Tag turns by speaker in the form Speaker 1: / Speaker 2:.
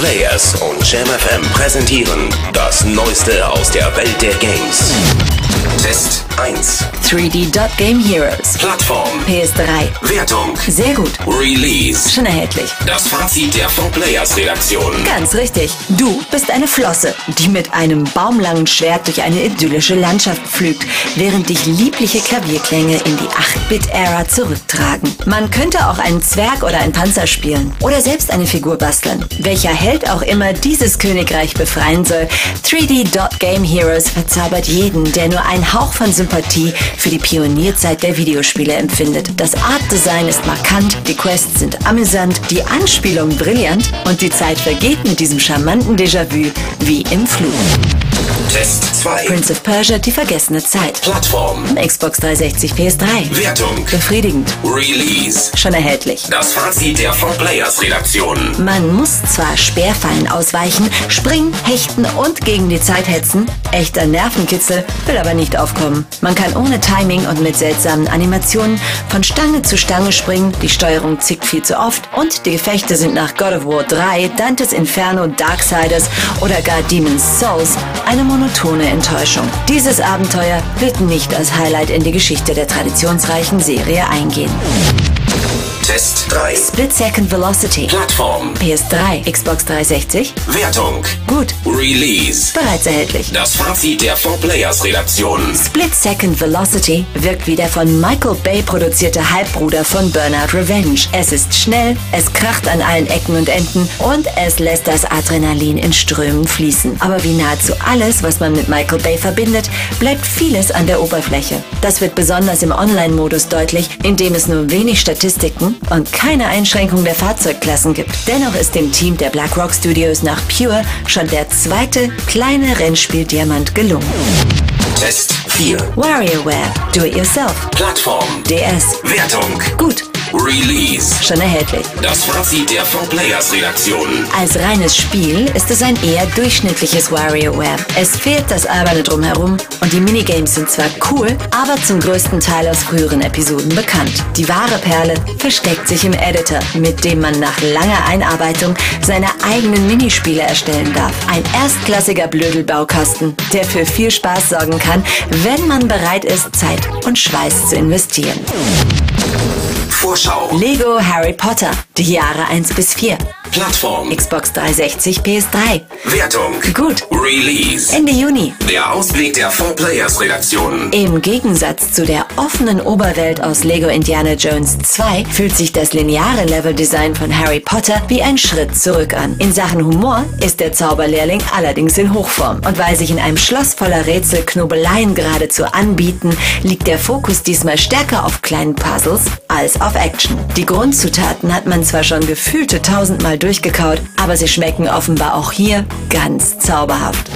Speaker 1: Players und JamFM präsentieren das Neueste aus der Welt der Games. Test 1.
Speaker 2: 3D Dot Game Heroes.
Speaker 1: Plattform.
Speaker 2: PS3.
Speaker 1: Wertung.
Speaker 2: Sehr gut.
Speaker 1: Release.
Speaker 2: Schon erhältlich.
Speaker 1: Das Fazit der 4-Players-Redaktion.
Speaker 2: Ganz richtig. Du bist eine Flosse, die mit einem baumlangen Schwert durch eine idyllische Landschaft pflügt, während dich liebliche Klavierklänge in die 8-Bit-Ära zurücktragen. Man könnte auch einen Zwerg oder einen Panzer spielen oder selbst eine Figur basteln. Welcher Held auch immer dieses Königreich befreien soll, 3D Dot Game Heroes verzaubert jeden, der nur einen Hauch von Sympathie für die Pionierzeit der Videospiele empfindet. Das Art-Design ist markant, die Quests sind amüsant, die Anspielung brillant und die Zeit vergeht mit diesem charmanten Déjà-vu wie im Flug.
Speaker 1: Test 2.
Speaker 2: Prince of Persia, die vergessene Zeit.
Speaker 1: Plattform.
Speaker 2: Xbox 360 PS3.
Speaker 1: Wertung.
Speaker 2: Befriedigend.
Speaker 1: Release.
Speaker 2: Schon erhältlich.
Speaker 1: Das Fazit der 4-Players-Redaktion.
Speaker 2: Man muss zwar Speerfallen ausweichen, springen, hechten und gegen die Zeit hetzen, echter Nervenkitzel, will aber nicht aufkommen. Man kann ohne Timing und mit seltsamen Animationen von Stange zu Stange springen, die Steuerung zickt viel zu oft und die Gefechte sind nach God of War 3, Dantes Inferno, Darksiders oder gar Demon's Souls eine monotone Enttäuschung. Dieses Abenteuer wird nicht als Highlight in die Geschichte der traditionsreichen Serie eingehen.
Speaker 1: Test 3.
Speaker 2: Split Second Velocity.
Speaker 1: Plattform.
Speaker 2: PS3, Xbox 360.
Speaker 1: Wertung.
Speaker 2: Gut,
Speaker 1: Release.
Speaker 2: bereits erhältlich.
Speaker 1: Das Fazit der 4-Players-Redaktion.
Speaker 2: Split Second Velocity wirkt wie der von Michael Bay produzierte Halbbruder von Burnout Revenge. Es ist schnell, es kracht an allen Ecken und Enden und es lässt das Adrenalin in Strömen fließen. Aber wie nahezu alles, was man mit Michael Bay verbindet, bleibt vieles an der Oberfläche. Das wird besonders im Online-Modus deutlich, in dem es nur wenig Statistiken und keine Einschränkung der Fahrzeugklassen gibt. Dennoch ist dem Team der BlackRock Studios nach Pure schon der zweite kleine Rennspiel-Diamant gelungen.
Speaker 1: Test 4.
Speaker 2: WarioWare. Do it yourself.
Speaker 1: Plattform.
Speaker 2: DS.
Speaker 1: Wertung.
Speaker 2: Gut,
Speaker 1: Release.
Speaker 2: schon erhältlich.
Speaker 1: Das Fazit der 4-Players-Redaktion.
Speaker 2: Als reines Spiel ist es ein eher durchschnittliches WarioWare. Es fehlt das Alberne drumherum und die Minigames sind zwar cool, aber zum größten Teil aus früheren Episoden bekannt. Die wahre Perle versteckt sich im Editor, mit dem man nach langer Einarbeitung seine eigenen Minispiele erstellen darf. Ein erstklassiger Blödelbaukasten, der für viel Spaß sorgen kann, wenn man bereit ist, Zeit und Schweiß zu investieren.
Speaker 1: Vorschau.
Speaker 2: Lego Harry Potter, die Jahre 1 bis 4.
Speaker 1: Plattform.
Speaker 2: Xbox 360, PS3.
Speaker 1: Wertung.
Speaker 2: Gut.
Speaker 1: Release.
Speaker 2: Ende Juni.
Speaker 1: Der Ausblick der 4-Players-Redaktion.
Speaker 2: Im Gegensatz zu der offenen Oberwelt aus Lego Indiana Jones 2 fühlt sich das lineare Leveldesign von Harry Potter wie ein Schritt zurück an. In Sachen Humor ist der Zauberlehrling allerdings in Hochform. Und weil sich in einem Schloss voller Rätsel Knobeleien geradezu anbieten, liegt der Fokus diesmal stärker auf kleinen Puzzles als auf Action. Die Grundzutaten hat man zwar schon gefühlte tausendmal durchgekaut, aber sie schmecken offenbar auch hier ganz zauberhaft.